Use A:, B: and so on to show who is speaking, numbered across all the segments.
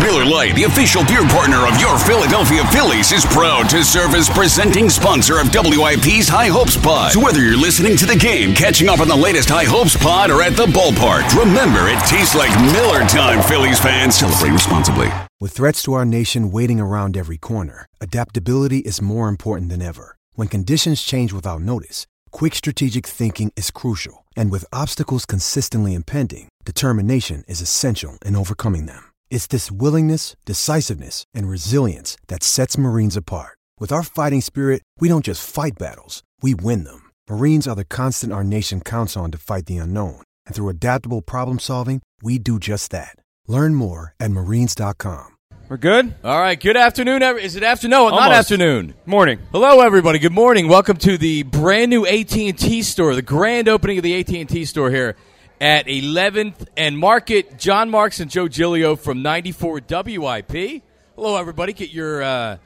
A: Miller Lite, the official beer partner of your Philadelphia Phillies, is proud to serve as presenting sponsor of WIP's High Hopes Pod. So whether you're listening to the game, catching up on the latest High Hopes Pod, or at the ballpark, remember it tastes like Miller time, Phillies fans. Celebrate responsibly.
B: With threats to our nation waiting around every corner, adaptability is more important than ever. When conditions change without notice, quick strategic thinking is crucial. And with obstacles consistently impending, determination is essential in overcoming them. It's this willingness, decisiveness, and resilience that sets Marines apart. With our fighting spirit, we don't just fight battles, we win them. Marines are the constant our nation counts on to fight the unknown. And through adaptable problem solving, we do just that. Learn more at marines.com.
C: We're good?
D: All right. Good afternoon. every- Is it afternoon? No, not
C: Almost.
D: afternoon.
C: Morning.
D: Hello, everybody. Good morning. Welcome to the brand new AT&T store, the grand opening of the AT&T store here at 11th and Market. John Marks and Joe Gilio from 94 WIP. Hello, everybody. Get your uh,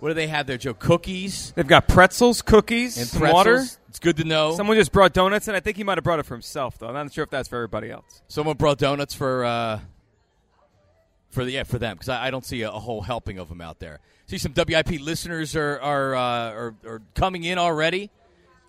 D: what do they have there, Joe? Cookies
C: They've got pretzels, cookies,
D: and
C: some
D: pretzels.
C: water.
D: It's good to know. Someone,
C: Someone just brought donuts, and I think he might have brought it for himself, though. I'm not sure if that's for everybody else.
D: brought donuts for uh, for the yeah for them because I, I don't see a, a whole helping of them out there. See some WIP listeners are are uh, are, are coming in already,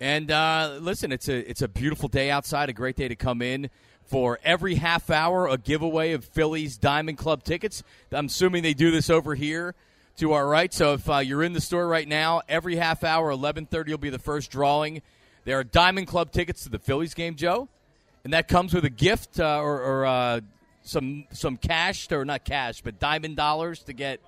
D: and uh, listen, it's a it's a beautiful day outside, a great day to come in. For every half hour, a giveaway of Phillies Diamond Club tickets. I'm assuming they do this over here to our right. So if uh, you're in the store right now, every half hour, 11:30 will be the first drawing. There are Diamond Club tickets to the Phillies game, Joe, and that comes with a gift uh, or, or uh, some some cash or not cash, but diamond dollars to get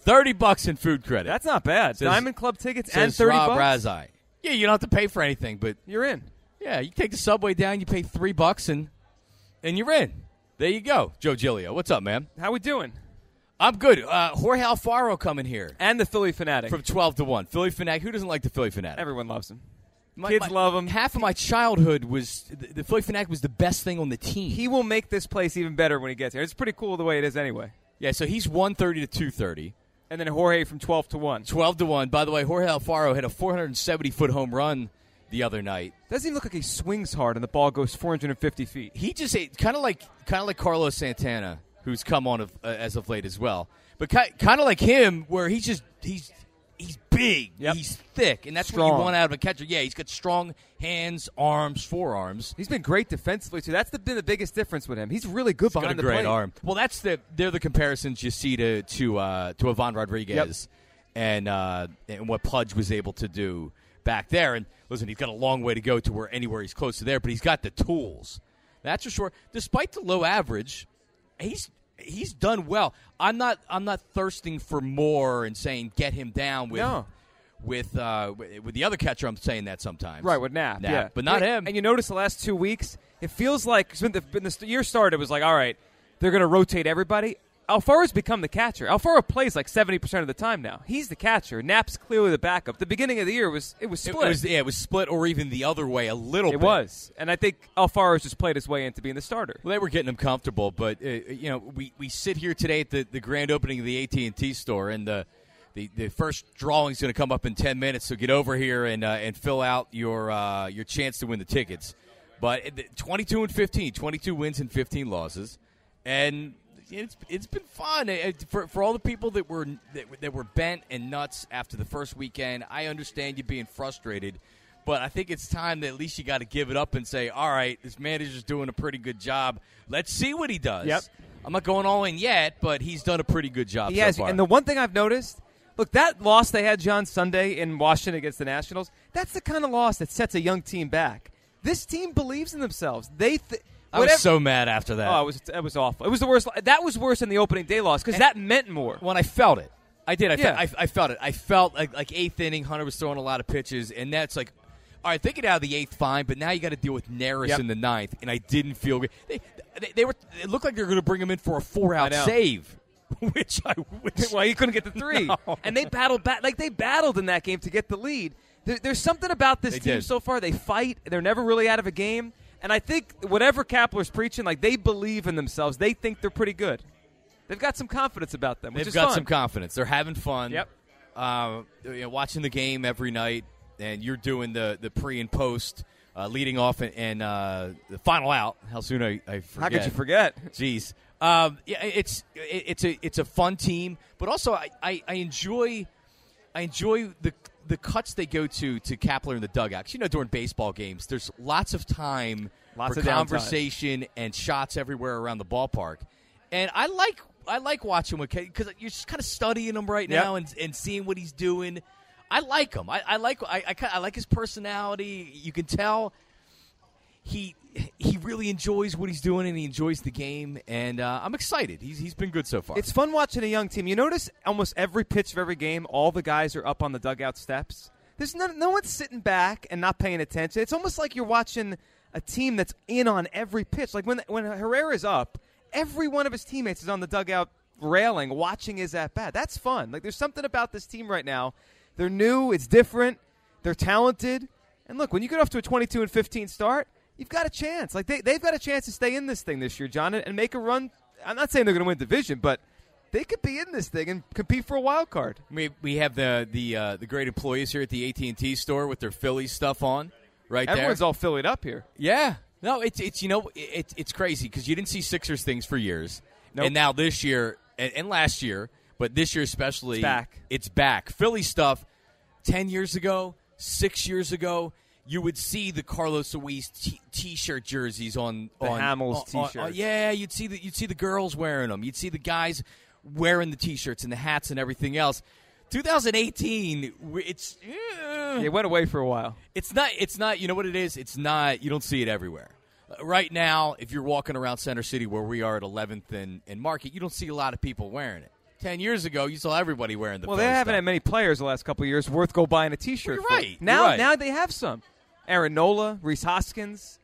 D: thirty bucks in food credit.
C: That's not bad.
D: Says-
C: Diamond Club tickets
D: Says
C: and 30
D: Rob
C: bucks.
D: Razai. Yeah, you don't have to pay for anything, but
C: You're in.
D: yeah, you take the subway down, you pay three bucks, and and you're in. There you go, Joe Gilio. What's up, man?
C: How we doing?
D: I'm good. Uh, Jorge Alfaro coming here
C: And the Philly fanatic.
D: from twelve to one. Philly fanatic. Who doesn't like the Philly fanatic?
C: Everyone loves him.
D: My-
C: Kids
D: my-
C: love him.
D: Half of my childhood was the, the Philly fanatic was the best thing on the team.
C: He will make this place even better when he gets here. It's pretty cool the way it is anyway.
D: yeah, so he's one thirty to two thirty.
C: And then Jorge from 12 to 1.
D: 12 to 1. By the way, Jorge Alfaro had a 470 foot home run the other night.
C: Doesn't even look like he swings hard and the ball goes 450 feet.
D: He just kind of like kind of like Carlos Santana, who's come on of, uh, as of late as well. But kind of like him where he's just he's he's big,
C: Yep.
D: he's thick, and that's what
C: Strong.
D: you want out of a catcher. Yeah, he's got strong hands, arms, forearms.
C: He's been great defensively, too. That's the, been the biggest difference with him. He's really good
D: He's got
C: behind
D: a
C: the
D: great
C: plate.
D: arm. Well, that's the they're the comparisons you see to to uh, to Ivan Rodriguez and uh, and what Pudge was able to do back there. And listen, he's got a long way to go to where anywhere he's close to there, but he's got the tools. That's for sure. Despite the low average, he's he's done well. I'm not I'm not thirsting for more and saying get him down with.
C: No.
D: With uh, w- with the other catcher, I'm saying that sometimes.
C: Right, with Knapp. yeah.
D: but not
C: and,
D: him.
C: And you notice the last two weeks, it feels like when the, when the st- year started, it was like, all right, they're going to rotate everybody. Alfaro's become the catcher. Alfaro plays like 70% of the time now. He's the catcher. Knapp's clearly the backup. The beginning of the year was it was
D: it, it
C: split.
D: was yeah, it was split or even the other way a little.
C: It
D: bit.
C: was. And I think Alfaro's just played his way into being the starter.
D: Well, they were getting them comfortable, but uh, you know, we, we sit here today at the, the grand opening of the AT and T store, and the the, the first drawing's going to come up in ten minutes. So get over here and uh, and fill out your uh, your chance to win the tickets. But it- the- 22 and 15, 22 wins and 15 losses, and it's it's been fun Uh, for, for all the people that were that, were- that were bent and nuts after the first weekend. I understand you being frustrated. But I think it's time that at least you got to give it up and say, all right, this manager's doing a pretty good job. Let's see what he does.
C: Yep.
D: I'm not going all in yet, but he's done a pretty good job
C: He
D: so
C: has,
D: far.
C: and the one thing I've noticed, look, that loss they had John Sunday in Washington against the Nationals, that's the kind of loss that sets a young team back. This team believes in themselves. They, th-
D: I was
C: whatever-
D: so mad after that.
C: oh, it was it was awful. It was the worst. That was worse than the opening day loss because that meant more.
D: when I felt it. I did. I,
C: Yeah.
D: felt, I, I felt it. I felt like, like eighth inning, Hunter was throwing a lot of pitches, and that's like, all right, they get out of the eighth fine, but now you got to deal with Naris
C: Yep.
D: in the ninth, and I didn't feel good. They, they, they were. It looked like they were going to bring him in for a four out
C: know.
D: save, which I which
C: Well, you couldn't get the three,
D: No.
C: and they battled back. Like they battled in that game to get the lead. There, there's something about this
D: They
C: team
D: did.
C: so far. They fight. They're never really out of a game. And I think whatever Kapler's preaching, like they believe in themselves. They think they're pretty good. They've got some confidence about them, which
D: They've
C: is
D: got
C: fun.
D: some confidence. They're having fun. Um,
C: Yep.
D: Uh, you know, watching the game every night, and you're doing the the pre and post uh, leading off and, and uh, the final out. How soon I, I forget.
C: How could you forget?
D: Jeez. Um, yeah, it's it- it's a it's a fun team, but also I, I, I enjoy I enjoy the the cuts they go to to Kapler in the dugout. 'Cause, You know, during baseball games, there's lots of time
C: Lots
D: for
C: of downtime.
D: conversation and shots everywhere around the ballpark, and I like I like watching what because you're just kind of studying him right
C: Yep.
D: now and and seeing what he's doing. I like him. I, I like I, I, ki- I like his personality. You can tell he he really enjoys what he's doing and he enjoys the game and uh, I'm excited. He's he's been good so far.
C: It's fun watching a young team. You notice almost every pitch of every game, all the guys are up on the dugout steps. There's no, no one's sitting back and not paying attention. It's almost like you're watching a team that's in on every pitch. Like when when Herrera's up, every one of his teammates is on the dugout railing, watching his at bat. That's fun. Like there's something about this team right now. They're new. It's different. They're talented. And look, when you get off to a 22 and 15 start, you've got a chance. Like they, they've got a chance to stay in this thing this year, John, and, and make a run. I'm not saying they're going to win division, but they could be in this thing and compete for a wild card.
D: we, we have the the uh, the great employees here at the AT&T store with their Philly stuff on right
C: Everyone's
D: there.
C: all filled up here.
D: yeah. No, it's it's you know it, it's crazy cuz you didn't see Sixers things for years.
C: Nope.
D: And now this year and, and last year, but this year especially
C: It's back.
D: It's back. Philly stuff 10 years ago, 6 years ago, you would see the Carlos Ruiz t- t-shirt jerseys on
C: The
D: on
C: Hamels
D: on- on- on-
C: t-shirts.
D: yeah, you'd see the you'd see the girls wearing them. You'd see the guys wearing the t-shirts and the hats and everything else. 2018, we- it's eh,
C: They went away for a while.
D: it's not it's not you know what it is. It's not you don't see it everywhere. Uh, Right now, if you're walking around Center City where we are at 11th and, and Market, you don't see a lot of people wearing it. Ten years ago, you saw everybody wearing the.
C: Well, they
D: Philly
C: haven't
D: stuff.
C: had many players the last couple of years worth go buying a T-shirt.
D: Well, you're
C: for.
D: right. You're
C: Now,
D: right.
C: now they have some. Aaron Nola, Reese Hoskins,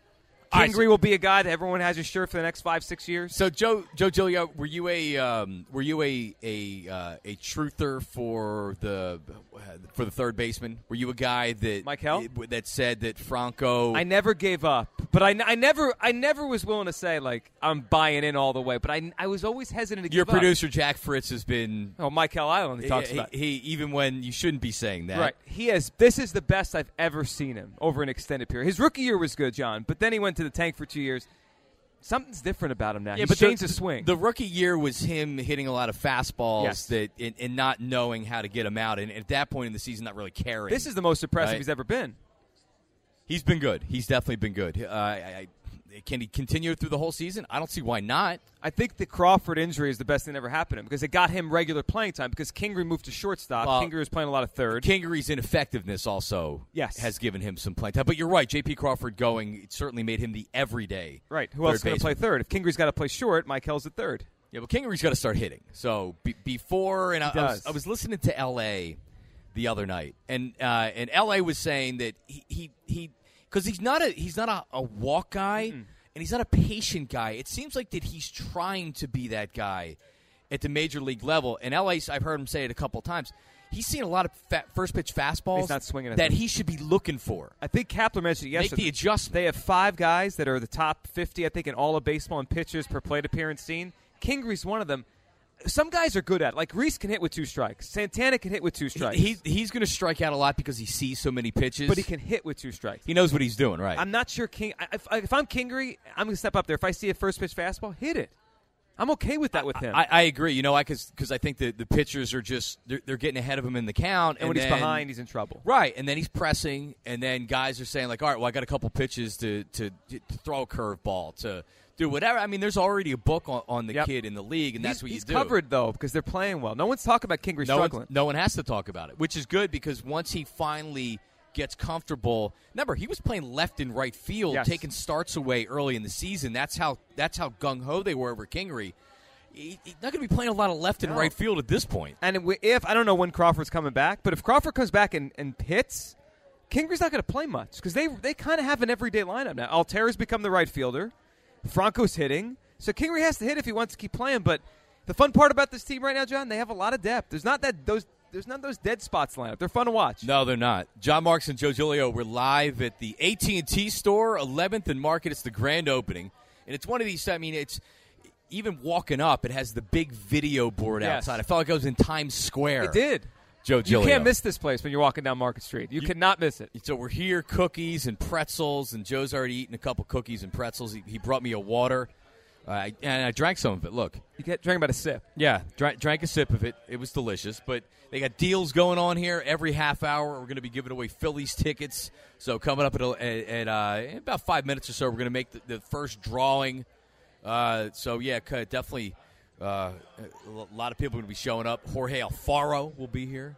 D: I see.
C: Kingery will be a guy that everyone has his shirt for the next five, six years.
D: So Joe Joe Gilio, were you a um, were you a a uh, a truther for the uh, for the third baseman? Were you a guy that
C: Mike Hell?
D: that said that Franco?
C: I never gave up, but I, I never I never was willing to say like I'm buying in all the way. But I, I was always hesitant to
D: your
C: give up.
D: producer Jack Fritz has been
C: Oh, Michael Island he talks
D: he,
C: about.
D: he even when you shouldn't be saying that.
C: Right. He has this is the best I've ever seen him over an extended period. His rookie year was good, John, but then he went to the tank for 2 years. Something's different about him now. He's changed his swing.
D: The rookie year was him hitting a lot of fastballs
C: Yes.
D: that and, and not knowing how to get them out, and at that point in the season, not really caring.
C: this is the most impressive
D: Right.
C: he's ever been.
D: He's been good. He's definitely been good. Uh, I, I, can he continue through the whole season? I don't see why not.
C: I think the Crawford injury is the best thing that ever happened to him because it got him regular playing time because Kingery moved to shortstop.
D: Well,
C: Kingery was playing a lot of third.
D: Kingery's ineffectiveness also
C: Yes.
D: has given him some playing time. But you're right, J.P. Crawford going it certainly made him the everyday
C: right. Who
D: third
C: else is going to play
D: baseman.
C: third? If Kingery's got to play short, Michael's at third.
D: Yeah, but Kingery's got to start hitting. So be before, and I, I, was,
C: does.
D: I was listening to L.A. the other night, and uh, and L.A. was saying that he he he because he's not a he's not a, a walk guy, and he's not a patient guy. It seems like that he's trying to be that guy at the major league level. And L.A. 's- I've heard him say it a couple times. He's seen a lot of fa first pitch fastballs
C: He's not swinging at
D: that
C: them.
D: he should be looking for.
C: I think Kapler mentioned it yesterday.
D: the adjustment.
C: They have five guys that are the top 50, I think, in all of baseball and pitchers per plate appearance seen. Kingery's one of them. Some guys are good at it. Like Reese can hit with two strikes. Santana can hit with two strikes.
D: He, he's he's going to strike out a lot because he sees so many pitches.
C: but he can hit with two strikes.
D: He knows what he's doing, right?
C: I'm not sure King. I- If, if I'm Kingery, I'm going to step up there. If I see a first pitch fastball, hit it. I'm okay with that with him.
D: I, I agree. You know, I because I think the the pitchers are just they're, they're getting ahead of him in the count,
C: and when he's
D: then-
C: behind, he's in trouble.
D: right, and then he's pressing, and then guys are saying like, all right, well, I got a couple pitches to to, to throw a curveball to do whatever. I mean, there's already a book on, on the
C: Yep.
D: kid in the league, and that's
C: he's,
D: what you
C: he's
D: do.
C: covered though because they're playing well. No one's talking about Kingery
D: No
C: struggling.
D: one, no one has to talk about it, which is good because once he finally gets comfortable, remember he was playing left and right field,
C: Yes.
D: taking starts away early in the season. That's how that's how gung ho they were over Kingery. He- He's not going to be playing a lot of left and
C: No.
D: right field at this point.
C: And if- if I don't know when Crawford's coming back, but if Crawford comes back and, and hits, Kingery's not going to play much because they they kind of have an everyday lineup now. Altera's become the right fielder, Franco's hitting, so Kingery has to hit if he wants to keep playing. But the fun part about this team right now, John, they have a lot of depth. There's not that those there's none of those dead spots lineup. They're fun to watch.
D: No, they're not. John Marks and Joe Giglio were live at the AT&T store, 11th and Market. It's the grand opening, and it's one of these. I mean, it's even walking up. It has the big video board
C: Yes.
D: outside. I felt like I was in Times Square.
C: It did.
D: Joe
C: You
D: Gilio.
C: can't miss this place when you're walking down Market Street. You, cannot miss it.
D: So we're here, cookies and pretzels, and Joe's already eaten a couple cookies and pretzels. He, he brought me a water, uh, and I drank some of it. Look,
C: You get drank about a sip.
D: yeah, drank, drank a sip of it. It was delicious, but they got deals going on here every half hour. We're going to be giving away Phillies tickets. So coming up at, a- at, at uh, in about five minutes or so, we're going to make the, the first drawing. Uh, so yeah, c- definitely uh, a lot of people are going to be showing up. Jorge Alfaro will be here.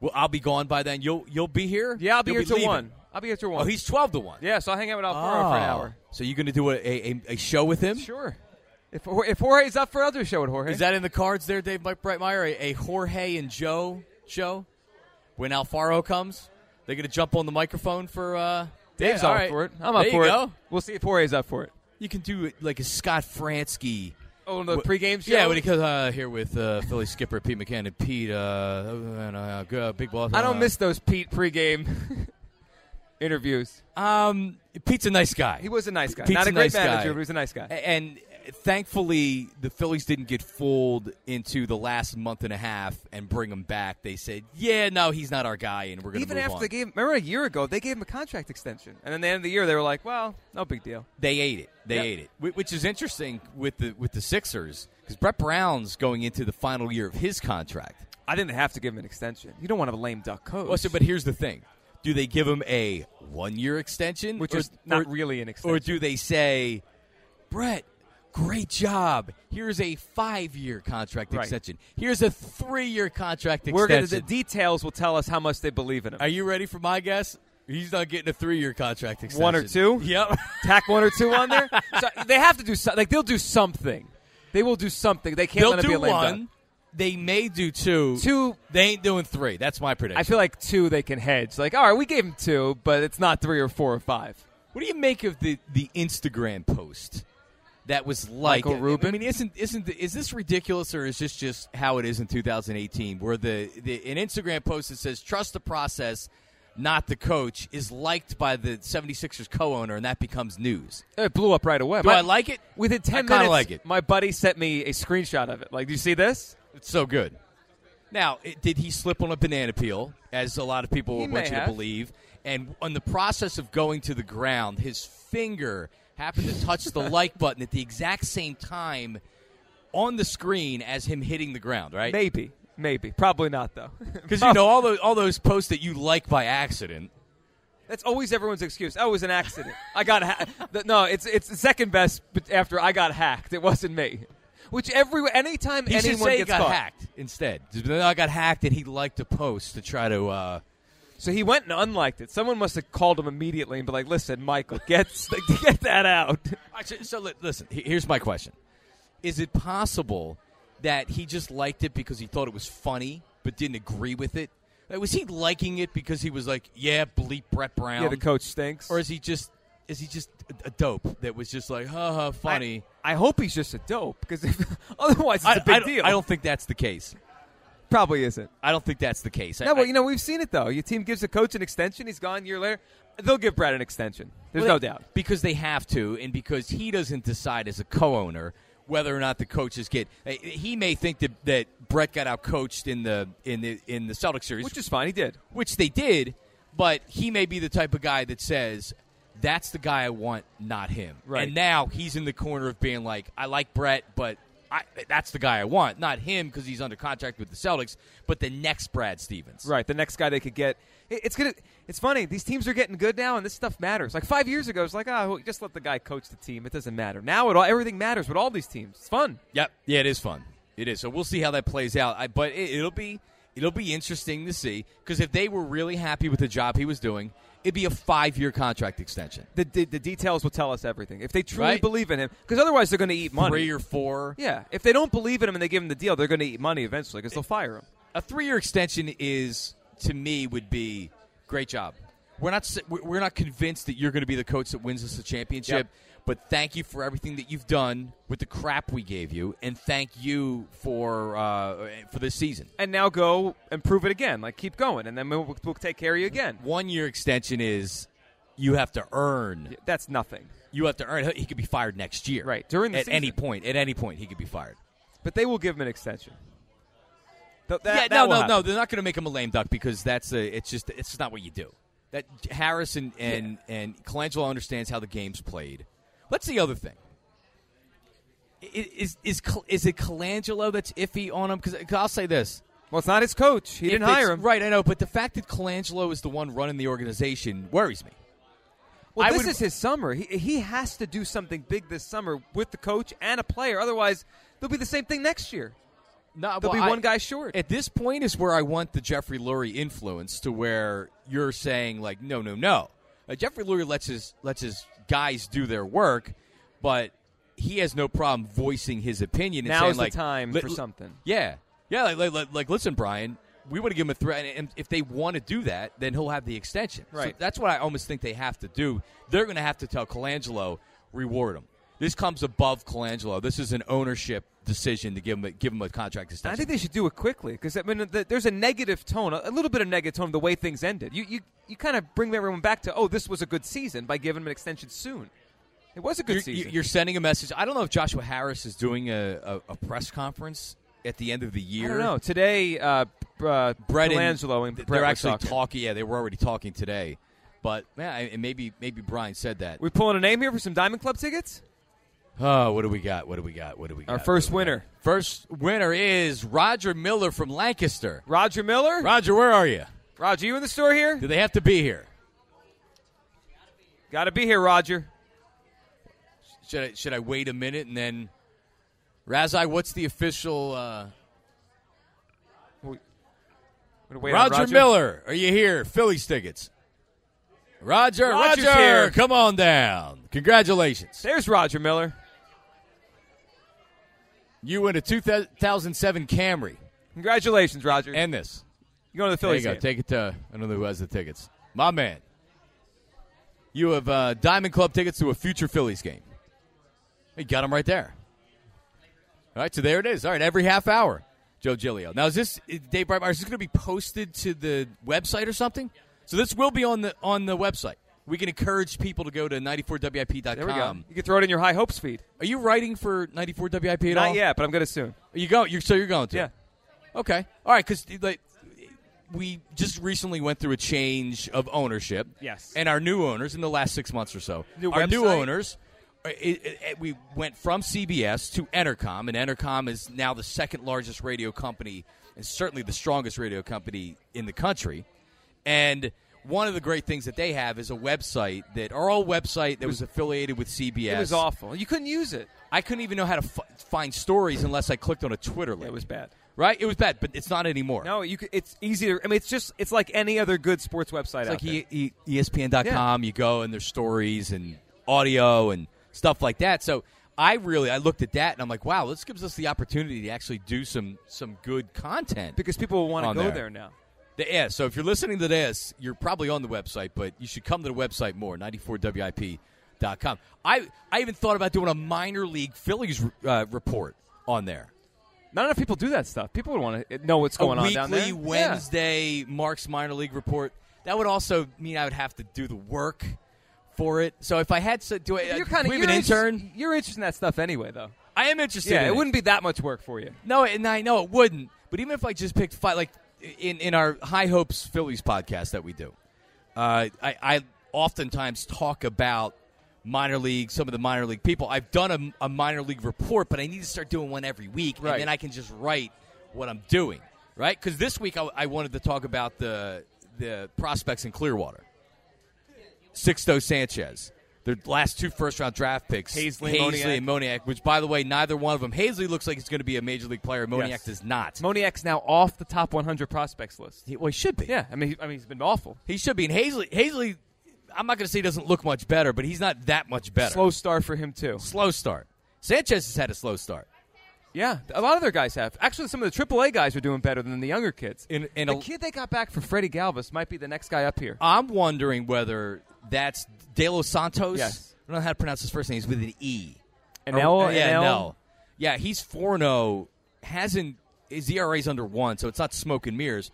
D: Well, I'll be gone by then. You'll you'll be here.
C: Yeah, I'll be
D: You'll
C: here till
D: leaving.
C: one. I'll be here till one.
D: Oh, he's Oh. twelve to one.
C: yeah, so I'll hang out with Alfaro for an hour.
D: So you're going to do a, a, a- a show with him?
C: Sure. If if Jorge's up for it, I'll do a show with Jorge.
D: Is that in the cards there, Dave Mike Breitmeyer? A, a Jorge and Joe show? When Alfaro comes, they're going to jump on the microphone for. Uh,
C: Dave's
D: yeah,
C: up
D: all right.
C: for it. I'm up
D: There
C: for
D: you
C: it.
D: go.
C: We'll see if Jorge's up for it.
D: You can do it like a Scott Fransky.
C: Oh, the
D: Wh-
C: pregame show.
D: Yeah, when he comes uh, here with uh, Philly skipper Pete McCann and Pete, uh, uh, uh, big ball.
C: I don't
D: uh,
C: miss those Pete pregame interviews.
D: Um, Pete's a nice guy.
C: He was a nice guy.
D: Pete's
C: Not a great
D: nice guy.
C: manager, but he was a nice guy.
D: A- And thankfully, the Phillies didn't get fooled into the last month and a half and bring him back. They said, "Yeah, no, he's not our guy," and we're going to
C: Even
D: move
C: after
D: on.
C: they gave, remember a year ago, they gave him a contract extension, and then the end of the year, they were like, "Well, no big deal."
D: They ate it. They
C: Yep.
D: ate it, Wh- which is interesting with the with the Sixers because Brett Brown's going into the final year of his contract.
C: I didn't have to give him an extension. You don't want to have a lame duck coach.
D: Well, Oh, so, but here's the thing: do they give him a one year extension,
C: which
D: or-
C: is not
D: or-
C: really an
D: or
C: extension.
D: do they say, Brett? Great job. Here's a five-year contract
C: Right.
D: extension. Here's a three-year contract
C: We're gonna, the
D: extension.
C: details will tell us how much they believe in him.
D: Are you ready for my guess? He's not getting a three-year contract extension.
C: One or two?
D: Yep.
C: Tack one or two on there. so they have to do something. Like they'll do something. They will do something. They can't
D: They'll
C: let him be a
D: do
C: lame duck.
D: one. They may do two.
C: Two-
D: They ain't doing three. That's my prediction.
C: I feel like two they can hedge. Like, all right, we gave him two, but it's not three or four or five.
D: what do you make of the the Instagram post that was like
C: Michael Rubin?
D: I mean, isn't isn't the, is this ridiculous or is this just how it is in 2018, where the, the an Instagram post that says "Trust the process." Not the coach is liked by the 76ers co owner, and that becomes news.
C: It blew up right away.
D: Do I like it?
C: Within
D: I
C: ten
D: kinda
C: minutes,
D: like it.
C: my buddy sent me a screenshot of it. Like, do you see this?
D: It's so good. Now, it, did he slip on a banana peel, as a lot of people
C: He
D: want
C: may
D: you to
C: have.
D: believe? And on the process of going to the ground, his finger happened to touch the like button at the exact same time on the screen as him hitting the ground, right?
C: Maybe, maybe, probably not though.
D: Because you know all those all those posts that you like by accident.
C: that's always everyone's excuse. Oh, it was an accident. I got ha- the- no. It's it's the second best but after I got hacked. It wasn't me. Which every anytime
D: He should
C: anyone
D: say he
C: gets
D: got
C: caught.
D: hacked instead. Just, "No, I got hacked, and he liked a post to try to. Uh,
C: So he went and unliked it. Someone must have called him immediately and be like, "Listen, Michael, get get that out."
D: All right, so, so li- listen, he- here's my question. Is it possible that he just liked it because he thought it was funny but didn't agree with it? Like, was he liking it because he was like, yeah, bleep Brett Brown?
C: Yeah, the coach stinks.
D: Or is he just is he just a- a dope that was just like, ha ha, funny?
C: I, I hope he's just a dope because if, otherwise it's a big
D: I don't-
C: deal.
D: I don't think that's the case.
C: probably isn't.
D: I don't think that's the case. I-
C: No,
D: I-
C: but you know we've seen it though. Your team gives a coach an extension. He's gone a year later. They'll give Brad an extension. There's
D: Well,
C: no
D: they-
C: doubt.
D: because they have to, and because he doesn't decide as a co-owner whether or not the coaches get. eh, He may think that, that Brett got out coached in the in the in the Celtics series,
C: Which is fine. He did.
D: which they did, but he may be the type of guy that says, "That's the guy I want, not him."
C: Right.
D: And now he's in the corner of being like, "I like Brett, but." I, that's the guy I want, not him because he's under contract with the Celtics, but the next Brad Stevens.
C: Right. The next guy they could get. It- it's gonna. It's funny. These teams are getting good now, and this stuff matters. Like five years ago, it's like, oh, just let the guy coach the team. It doesn't matter. Now it all everything matters with all these teams. It's fun.
D: Yep. Yeah, it is fun. It is. So we'll see how that plays out. I, but it, it'll be it'll be interesting to see because if they were really happy with the job he was doing, it'd be a five year contract extension,
C: The, the, the details will tell us everything. If they truly
D: Right.
C: believe in him, because otherwise they're going to eat money.
D: three or four.
C: yeah. If they don't believe in him and they give him the deal, they're going to eat money eventually because they'll fire him.
D: A three year extension is to me would be great job. We're not s- we- we're not convinced that you're going to be the coach that wins us the championship.
C: Yep.
D: But thank you for everything that you've done with the crap we gave you, and thank you for uh, for this season.
C: And now go and prove it again. Like keep going, and then we'll, we'll take care of you again.
D: One year extension is you have to earn
C: That's nothing.
D: you have to earn. He could be fired next year,
C: Right, during the
D: at any
C: season.
D: point. At any point, he could be fired.
C: But they will give him an extension. Th- that-
D: yeah,
C: that
D: no,
C: will
D: no,
C: happen.
D: no. They're not going to make him a lame duck because that's a, it's just it's just not what you do. That Harris and and, and Colangelo understands how the game's played. What's the other thing? I- Is is Col- is it Colangelo that's iffy on him? Because I'll say this:
C: Well, it's not his coach. He
D: If
C: didn't
D: it's-
C: hire him.
D: right? I know, but the fact that Colangelo is the one running the organization worries me.
C: Well,
D: I
C: this
D: would-
C: is his summer. He, he has to do something big this summer with the coach and a player. Otherwise, they'll be the same thing next year.
D: No,
C: They'll
D: well,
C: be
D: I-
C: one guy short.
D: At this point is where I want the Jeffrey Lurie influence to where you're saying like, no, no, no. Uh, Jeffrey Lurie lets his lets his guys do their work, but he has no problem voicing his opinion. And
C: Now
D: saying,
C: is the
D: like,
C: time
D: li-
C: for
D: li-
C: something.
D: Yeah, yeah. Like, like, like, like, listen, Brian, we want to give him a threat, and if they want to do that, then he'll have the extension. So
C: Right.
D: that's what I almost think they have to do. They're going to have to tell Colangelo reward him. This comes above Colangelo. This is an ownership decision to give him a, give him a contract extension.
C: I think they should do it quickly because I mean, the, there's a negative tone, a, a little bit of negative tone, of the way things ended. You you you kind of bring everyone back to oh, this was a good season by giving him an extension soon. It was a good
D: you're,
C: season.
D: you're sending a message. I don't know if Joshua Harris is doing a, a, a press conference at the end of the year.
C: I don't know. Today, uh, b- uh,
D: Brett and-
C: Colangelo and
D: they're
C: Brett were
D: actually
C: talking.
D: talking. Yeah, they were already talking today. But man, I- and maybe maybe Brian said that.
C: We pulling a name here for some Diamond Club tickets.
D: Oh, what do we got? What do we got? What do we got?
C: Our first
D: What do we
C: winner.
D: got? First winner is Roger Miller from Lancaster.
C: Roger Miller.
D: Roger, where are you?
C: Roger, you in the store here?
D: Do they have to be here?
C: Got to be here, Roger.
D: Should I, should I wait a minute and then? Razai, what's the official? Uh,
C: Gonna wait on
D: Roger, Miller, are you here? Phillies tickets. Roger,
C: Roger's
D: Roger,
C: here.
D: come on down. Congratulations.
C: There's Roger Miller.
D: You win a 2007 Camry.
C: Congratulations, Roger.
D: End this.
C: you going to the
D: There you
C: Phillies
D: go.
C: game.
D: Take it to, I don't know who has the tickets. My man. You have uh, Diamond Club tickets to a future Phillies game. You got them right there. All right, so there it is. All right, every half hour, Joe Gilio. Now, is this Dave Breitbart? Is this going to be posted to the website or something? So this will be on the on the website. We can encourage people to go to 94wip.com.
C: there we go. You can throw it in your high hopes feed.
D: Are you writing for 94wip at all?
C: Not yet, but I'm going to soon.
D: Are you go. You're so you're going to.
C: Yeah.
D: Okay. All right. Because like we just recently went through a change of ownership.
C: Yes.
D: And our new owners in the last six months or so.
C: New
D: our new
C: website?
D: owners. uh, It, it, it- we went from CBS to Entercom, and Entercom is now the second largest radio company, and certainly the strongest radio company in the country. And one of the great things that they have is a website that our old website that was affiliated with CBS.
C: It was awful. You couldn't use it.
D: I couldn't even know how to f- find stories unless I clicked on a Twitter link.
C: It was bad.
D: Right? It was bad, but it's not anymore.
C: No, you. Could, it's easier. I mean, it's just it's like any other good sports website.
D: it's
C: out
D: like
C: there.
D: e- e- ESPN.com. You go and there's stories and audio and stuff like that. So I really I looked at that and I'm like, wow, this gives us the opportunity to actually do some some good content.
C: because people want to
D: on
C: go
D: there.
C: there. now.
D: The- yeah, so if you're listening to this, you're probably on the website, but you should come to the website more, 94wip.com. I, I even thought about doing a minor league Phillies uh, report on there.
C: Not enough people do that stuff. People would want to know what's
D: a
C: going on
D: weekly
C: down there. Yeah.
D: Wednesday Mark's minor league report. That would also mean I would have to do the work for it. So if I had to do it,
C: You're kind of
D: we have an intern.
C: You're interested in that stuff anyway, though.
D: I am interested.
C: Yeah,
D: in
C: it wouldn't be that much work for you.
D: No, and I know it wouldn't. But even if I just picked five, like in in our High Hopes Phillies podcast that we do, uh, I, I oftentimes talk about minor league, some of the minor league people. I've done a, a minor league report, but I need to start doing one every week,
C: Right.
D: and then I can just write what I'm doing, right? Because this week I, I wanted to talk about the the prospects in Clearwater. Sixto Sanchez. Their last two first round draft picks,
C: Hazley, Moniak.
D: and Moniak, which, by the way, neither one of them. Hazley looks like he's going to be a major league player. Moniak
C: Yes.
D: does not.
C: Moniak's now off the top 100 prospects list.
D: He- well, he should be.
C: Yeah, I mean, he, I mean, he's been awful.
D: He should be. And Hazley, Hazley I'm not going to say he doesn't look much better, but he's not that much better.
C: Slow start for him too.
D: Slow start. Sanchez has had a slow start.
C: Yeah, a lot of their guys have. Actually, some of the AAA guys are doing better than the younger kids.
D: In- in
C: the
D: a-
C: kid they got back for Freddie Galvis might be the next guy up here.
D: I'm wondering whether that's De Los Santos.
C: Yes.
D: I don't know how to pronounce his first name. He's with an E.
C: An L,
D: Or- yeah,
C: an L.
D: no. Yeah, he's 4 0. Hasn't. His E ERA's under one, so it's not smoke and mirrors.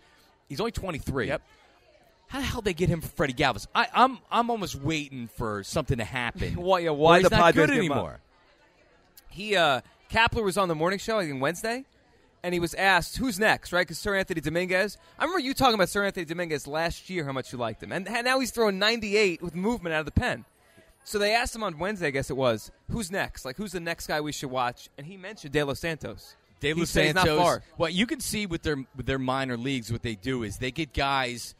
D: He's only 23.
C: Yep.
D: How the hell they get him for Freddie Galvis? I, I'm I'm almost waiting for something to happen.
C: Why- yeah,
D: where
C: why
D: he's
C: the
D: not
C: Padres
D: good
C: give him up?
D: anymore?
C: He uh Kapler was on the morning show I think Wednesday, and he was asked who's next, right? Because Sir Anthony Dominguez. I remember you talking about Sir Anthony Dominguez last year, how much you liked him, and and now he's throwing 98 with movement out of the pen. So they asked him on Wednesday, I guess it was, who's next? Like, who's the next guy we should watch? And he mentioned De Los Santos.
D: De
C: He
D: Los
C: said he's
D: Santos.
C: not far.
D: What you can see with their with their minor leagues, what they do is they get guys,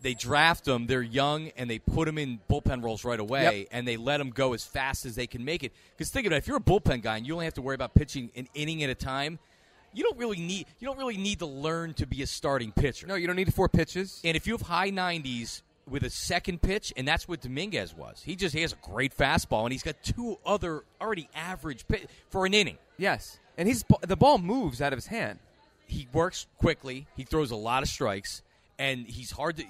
D: they draft them, they're young, and they put them in bullpen roles right away,
C: Yep.
D: and they let them go as fast as they can make it. Because think about it, if you're a bullpen guy and you only have to worry about pitching an inning at a time, you don't really need you don't really need to learn to be a starting pitcher.
C: No, you don't need four pitches.
D: And if you have high 90s with a second pitch, and that's what Dominguez was. He just he has a great fastball, and he's got two other already average pitch for an inning.
C: Yes, and he's the ball moves out of his hand.
D: he works quickly. He throws a lot of strikes, and he's hard to.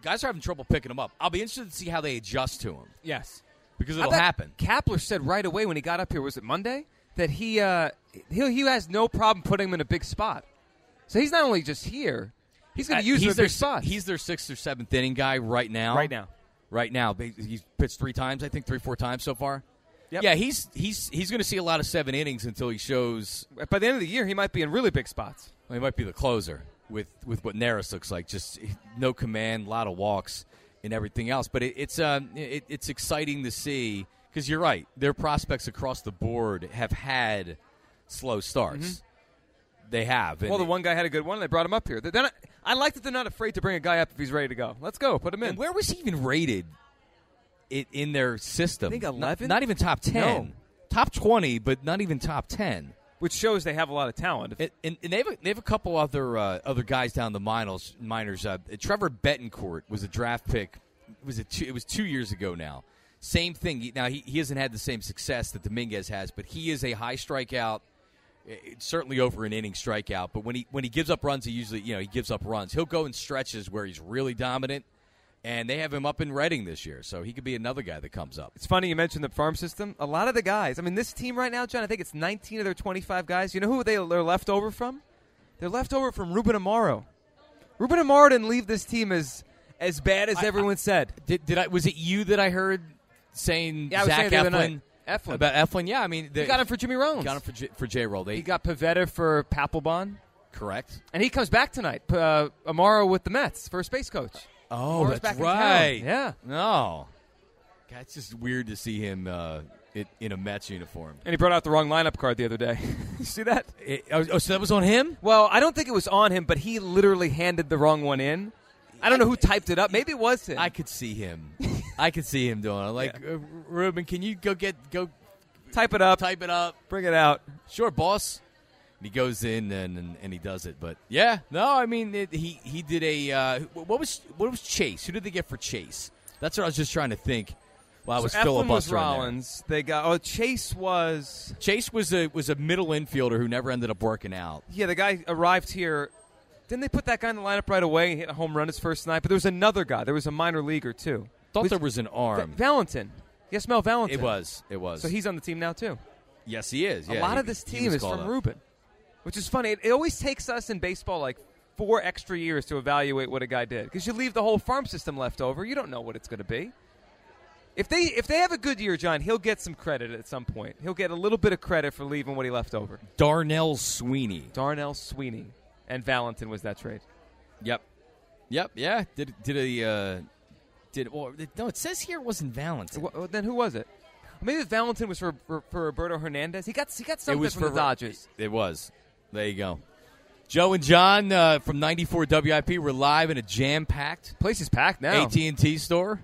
D: Guys are having trouble picking him up. I'll be interested to see how they adjust to him
C: Yes,
D: because
C: I
D: it'll
C: thought
D: happen.
C: Kapler said right away when he got up here, was it Monday, that he uh, he he has no problem putting him in a big spot. So he's not only just here, he's going
D: Uh,
C: to use
D: he's
C: him
D: their
C: in big spots.
D: he's their sixth or seventh inning guy right now.
C: Right now.
D: right now. They- He's pitched three times, I think, three four times so far.
C: Yep.
D: Yeah, he's he's he's going to see a lot of seven innings until he shows
C: by the end of the year, he might be in really big spots.
D: Well, he might be the closer with with what Naris looks like. Just no command, a lot of walks, and everything else. But it, it's um, it, it's exciting to see because you're right. Their prospects across the board have had slow starts. They have. and-
C: Well, the Mm-hmm. one guy had a good one, and they brought him up here. They're not, I like that they're not afraid to bring a guy up if he's ready to go. Let's go, put him in.
D: and where was he even rated? It in their system.
C: I think
D: Not-
C: 11?
D: Not, even top ten.
C: No.
D: Top twenty, but not even top ten.
C: Which shows they have a lot of talent.
D: And, and, and they have a, they have a couple other uh, other guys down the minors. Minors. Uh, Trevor Betancourt was a draft pick. Was it? Two, it was two years ago now. Same thing. He- Now he, he hasn't had the same success that Dominguez has, but he is a high strikeout. i- i- certainly over an inning strikeout, but when he when he gives up runs, he usually you know he gives up runs. He'll go in stretches where he's really dominant, and they have him up in Reading this year, so he could be another guy that comes up.
C: It's funny you mentioned the farm system. A lot of the guys, I mean, this team right now, John, I think it's 19 of their 25 guys. You know who they, they're left over from? They're left over from Ruben Amaro. Ruben Amaro didn't leave this team as as bad as everyone said.
D: Did, did I was it you that I heard saying
C: Yeah, I was
D: Zach
C: saying the other
D: Eflin,
C: night. Eflin.
D: about Eflin? Yeah, I mean the,
C: They got him for Jimmy Rollins.
D: Got him for J, for J roll. They
C: he got Pavetta for Papelbon.
D: correct.
C: And he comes back tonight. P- Uh, Amaro with the Mets, first base coach.
D: Oh,
C: Moore's back in town. Yeah.
D: No, God, it's just weird to see him uh, it, in a Mets uniform.
C: And he brought out the wrong lineup card the other day. you see that?
D: It- oh, oh, so that was on him.
C: Well, I don't think it was on him, but he literally handed the wrong one in. I don't know who typed it up. Maybe it was him.
D: I could see him. I could see him doing it. Like uh, Ruben, can you go get go
C: type it up.
D: type it up?
C: Bring it out.
D: Sure, boss. And he goes in and, and, and he does it. But yeah, no, I mean it, he he did a uh, what was what was Chase? Who did they get for Chase? That's what I was just trying to think. While I was
C: so Eflin was
D: filibustering there.
C: Rollins. They got oh Chase was
D: Chase was a was a middle infielder who never ended up working out.
C: yeah the guy arrived here. Didn't they put that guy in the lineup right away? He hit a home run his first night, but there was another guy. There was a minor leaguer too.
D: Thought
C: Was-
D: there was an
C: Va-
D: arm.
C: Valentin. Yes, Mel Valentin.
D: It was. It was.
C: So he's on the team now too.
D: yes, he is.
C: a
D: Yeah,
C: lot
D: he-
C: of this
D: he
C: team
D: was
C: is
D: called
C: from
D: up.
C: Ruben, which is funny. It, it always takes us in baseball like four extra years to evaluate what a guy did because you leave the whole farm system left over. You don't know what it's going to be. If they if they have a good year, John, he'll get some credit at some point. He'll get a little bit of credit for leaving what he left over.
D: Darnell Sweeney.
C: Darnell Sweeney and Valentin was that trade.
D: Yep. Yep. Yeah. Did did a uh, did well, no? It says here it wasn't Valentine.
C: Wh- wh- then who was it? Maybe Valentin was for, for, for Roberto Hernandez. He got he got something from the Dodgers.
D: It was. There you go. Joe and John uh, from 94 WIP. We're live in a jam-packed
C: Place is packed now.
D: AT&T store.